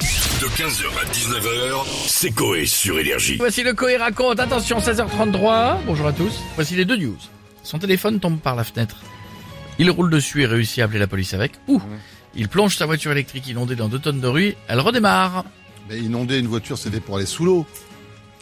De 15h à 19h, c'est Coé sur Énergie. Voici le Coé raconte. Attention, 16h33. Bonjour à tous. Voici les deux news. Son téléphone tombe par la fenêtre. Il roule dessus et réussit à appeler la police avec. Ouh Il plonge sa voiture électrique inondée dans deux tonnes de rues. Elle redémarre. Mais inonder une voiture, c'est fait pour aller sous l'eau.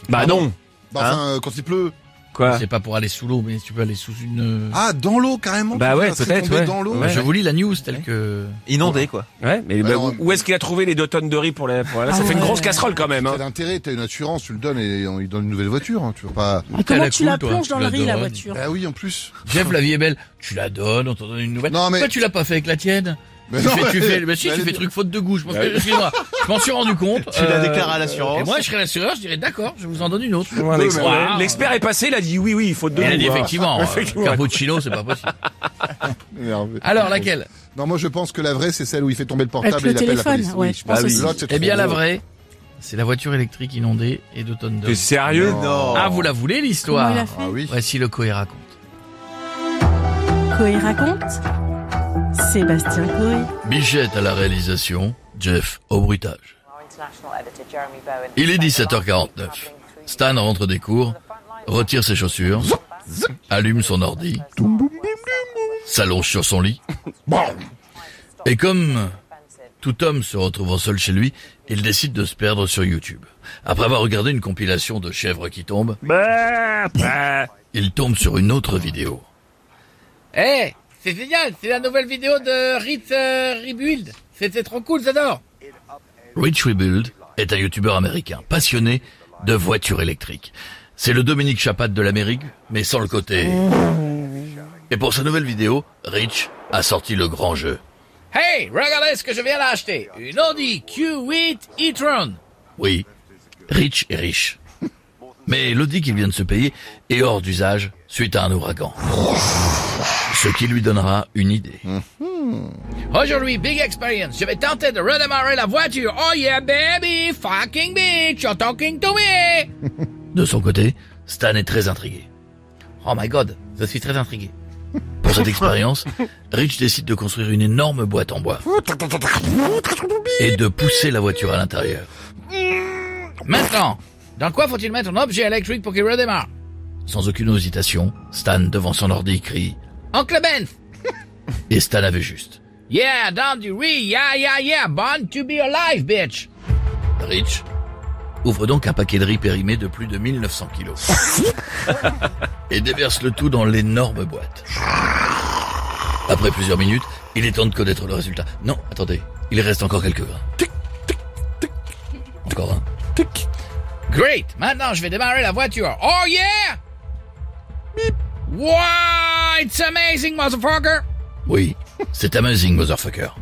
Bah non. Bah, Enfin, euh, quand il pleut. Quoi C'est pas pour aller sous l'eau, mais tu peux aller sous une. euh, Ah, dans l'eau carrément. Bah tu ouais, la serais peut-être, tombée ouais. Dans l'eau. Ouais. Je vous lis la news telle que. Inondé quoi. Ouais, mais Bah bah, non, où- où est-ce qu'il a trouvé les deux tonnes de riz pour la pour la- Ça fait une grosse casserole quand même. T'as Hein. l'intérêt, t'as une assurance, tu le donnes et on lui donne une nouvelle voiture. hein, Tu veux pas. Mais Elle comment est tu cool, la toi. plonges dans Tu le la riz, la donnes. voiture Bah oui, en plus. Jeff, la vie est belle. Tu la donnes, on t'en donne une nouvelle. Non, mais- Pourquoi tu l'as pas fait avec la tienne Mais tu, non, fais, tu mais- fais, bah si, mais tu elle fais est- truc faute de goût. Je pense que, excuse-moi, je m'en suis rendu compte. Euh, Tu la déclares à l'assurance. Et moi, je serais l'assureur, je dirais d'accord, je vous en donne une autre. Ouais, mais- l'expert- ouais. L'expert est passé, il a dit oui, oui, il faut deux. Il a dit voilà. effectivement, euh, Effectivement. cappuccino, c'est pas possible. Énervé. Alors laquelle Non, moi je pense que la vraie, c'est celle où il fait tomber le portable Avec et le il appelle la téléphone, police. ouais, Oui, je pense bah oui. aussi. L'autre, c'est Eh bien trop la drôle. vraée, c'est la voiture électrique inondée et deux tonnes T'es de. sérieux Non. Ah vous la voulez Comment il l'histoire a fait Ah oui. Voici le Coé raconte. Coé raconte Sébastien Coé. Bichette à la réalisation, Jeff au bruitage. Il est 17h49. Stan rentre des cours, retire retire ses chaussures, allume son ordi, s'allonge sur son lit. Et comme Tout homme se retrouvant seul chez lui, il décide de se perdre sur YouTube. Après avoir regardé une compilation de chèvres qui tombent, Ah, il tombe sur une autre vidéo. Eh, c'est génial, c'est la nouvelle vidéo de Rich euh, Rebuild. C'était trop cool, j'adore. Rich Rebuild est un youtubeur américain passionné de voitures électriques. C'est le Dominique Chapat de l'Amérique, mais sans le côté. Et pour sa nouvelle vidéo, Rich a sorti le grand jeu. Hey, regardez ce que je viens d'acheter. Une Audi Q8 e-tron. Oui, Rich est riche. Mais l'Audi qu'il vient de se payer est hors d'usage suite à un ouragan. Ce qui lui donnera une idée. Aujourd'hui, big experience. Je vais tenter de redémarrer la voiture. Oh yeah, baby, fucking bitch, you're talking to me. De son côté, Stan est très intrigué. Oh my god, je suis très intrigué. Pour cette expérience, Rich décide de construire une énorme boîte en bois et de pousser la voiture à l'intérieur. Maintenant, dans quoi faut-il mettre un objet électrique pour qu'il redémarre Sans aucune hésitation, Stan devant son ordi crie Oncle Ben Et Stan avait juste. Yeah, down the re, yeah, yeah, yeah, born to be alive, bitch Rich ouvre donc un paquet de riz périmé de plus de 1900 kilos et déverse le tout dans l'énorme boîte. Après plusieurs minutes, il est temps de connaître le résultat. Non, attendez, il reste encore quelques grains. Encore un. Great, maintenant je vais démarrer la voiture. Oh yeah! Wow, it's amazing, motherfucker! Oui, c'est amazing, motherfucker.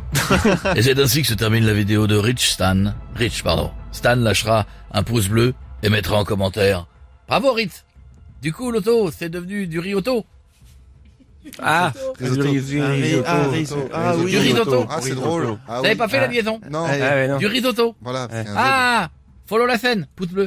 et c'est ainsi que se termine la vidéo de Rich Stan. Rich, pardon. Stan lâchera un pouce bleu et mettra en commentaire. Bravo, Rich! Du coup, l'auto, c'est devenu du Rioto. Ah, Risotto. du riz- du Un riz- risotto. ah, Risotto. risotto. Ah Risotto. oui. Du risotto. Ah, c'est Risotto. drôle. Ah T'avais oui. pas fait la liaison? Non. Ah ouais, non. Du risotto. Voilà. c'est un jeu. Ah! Follow la scène, pouce bleu.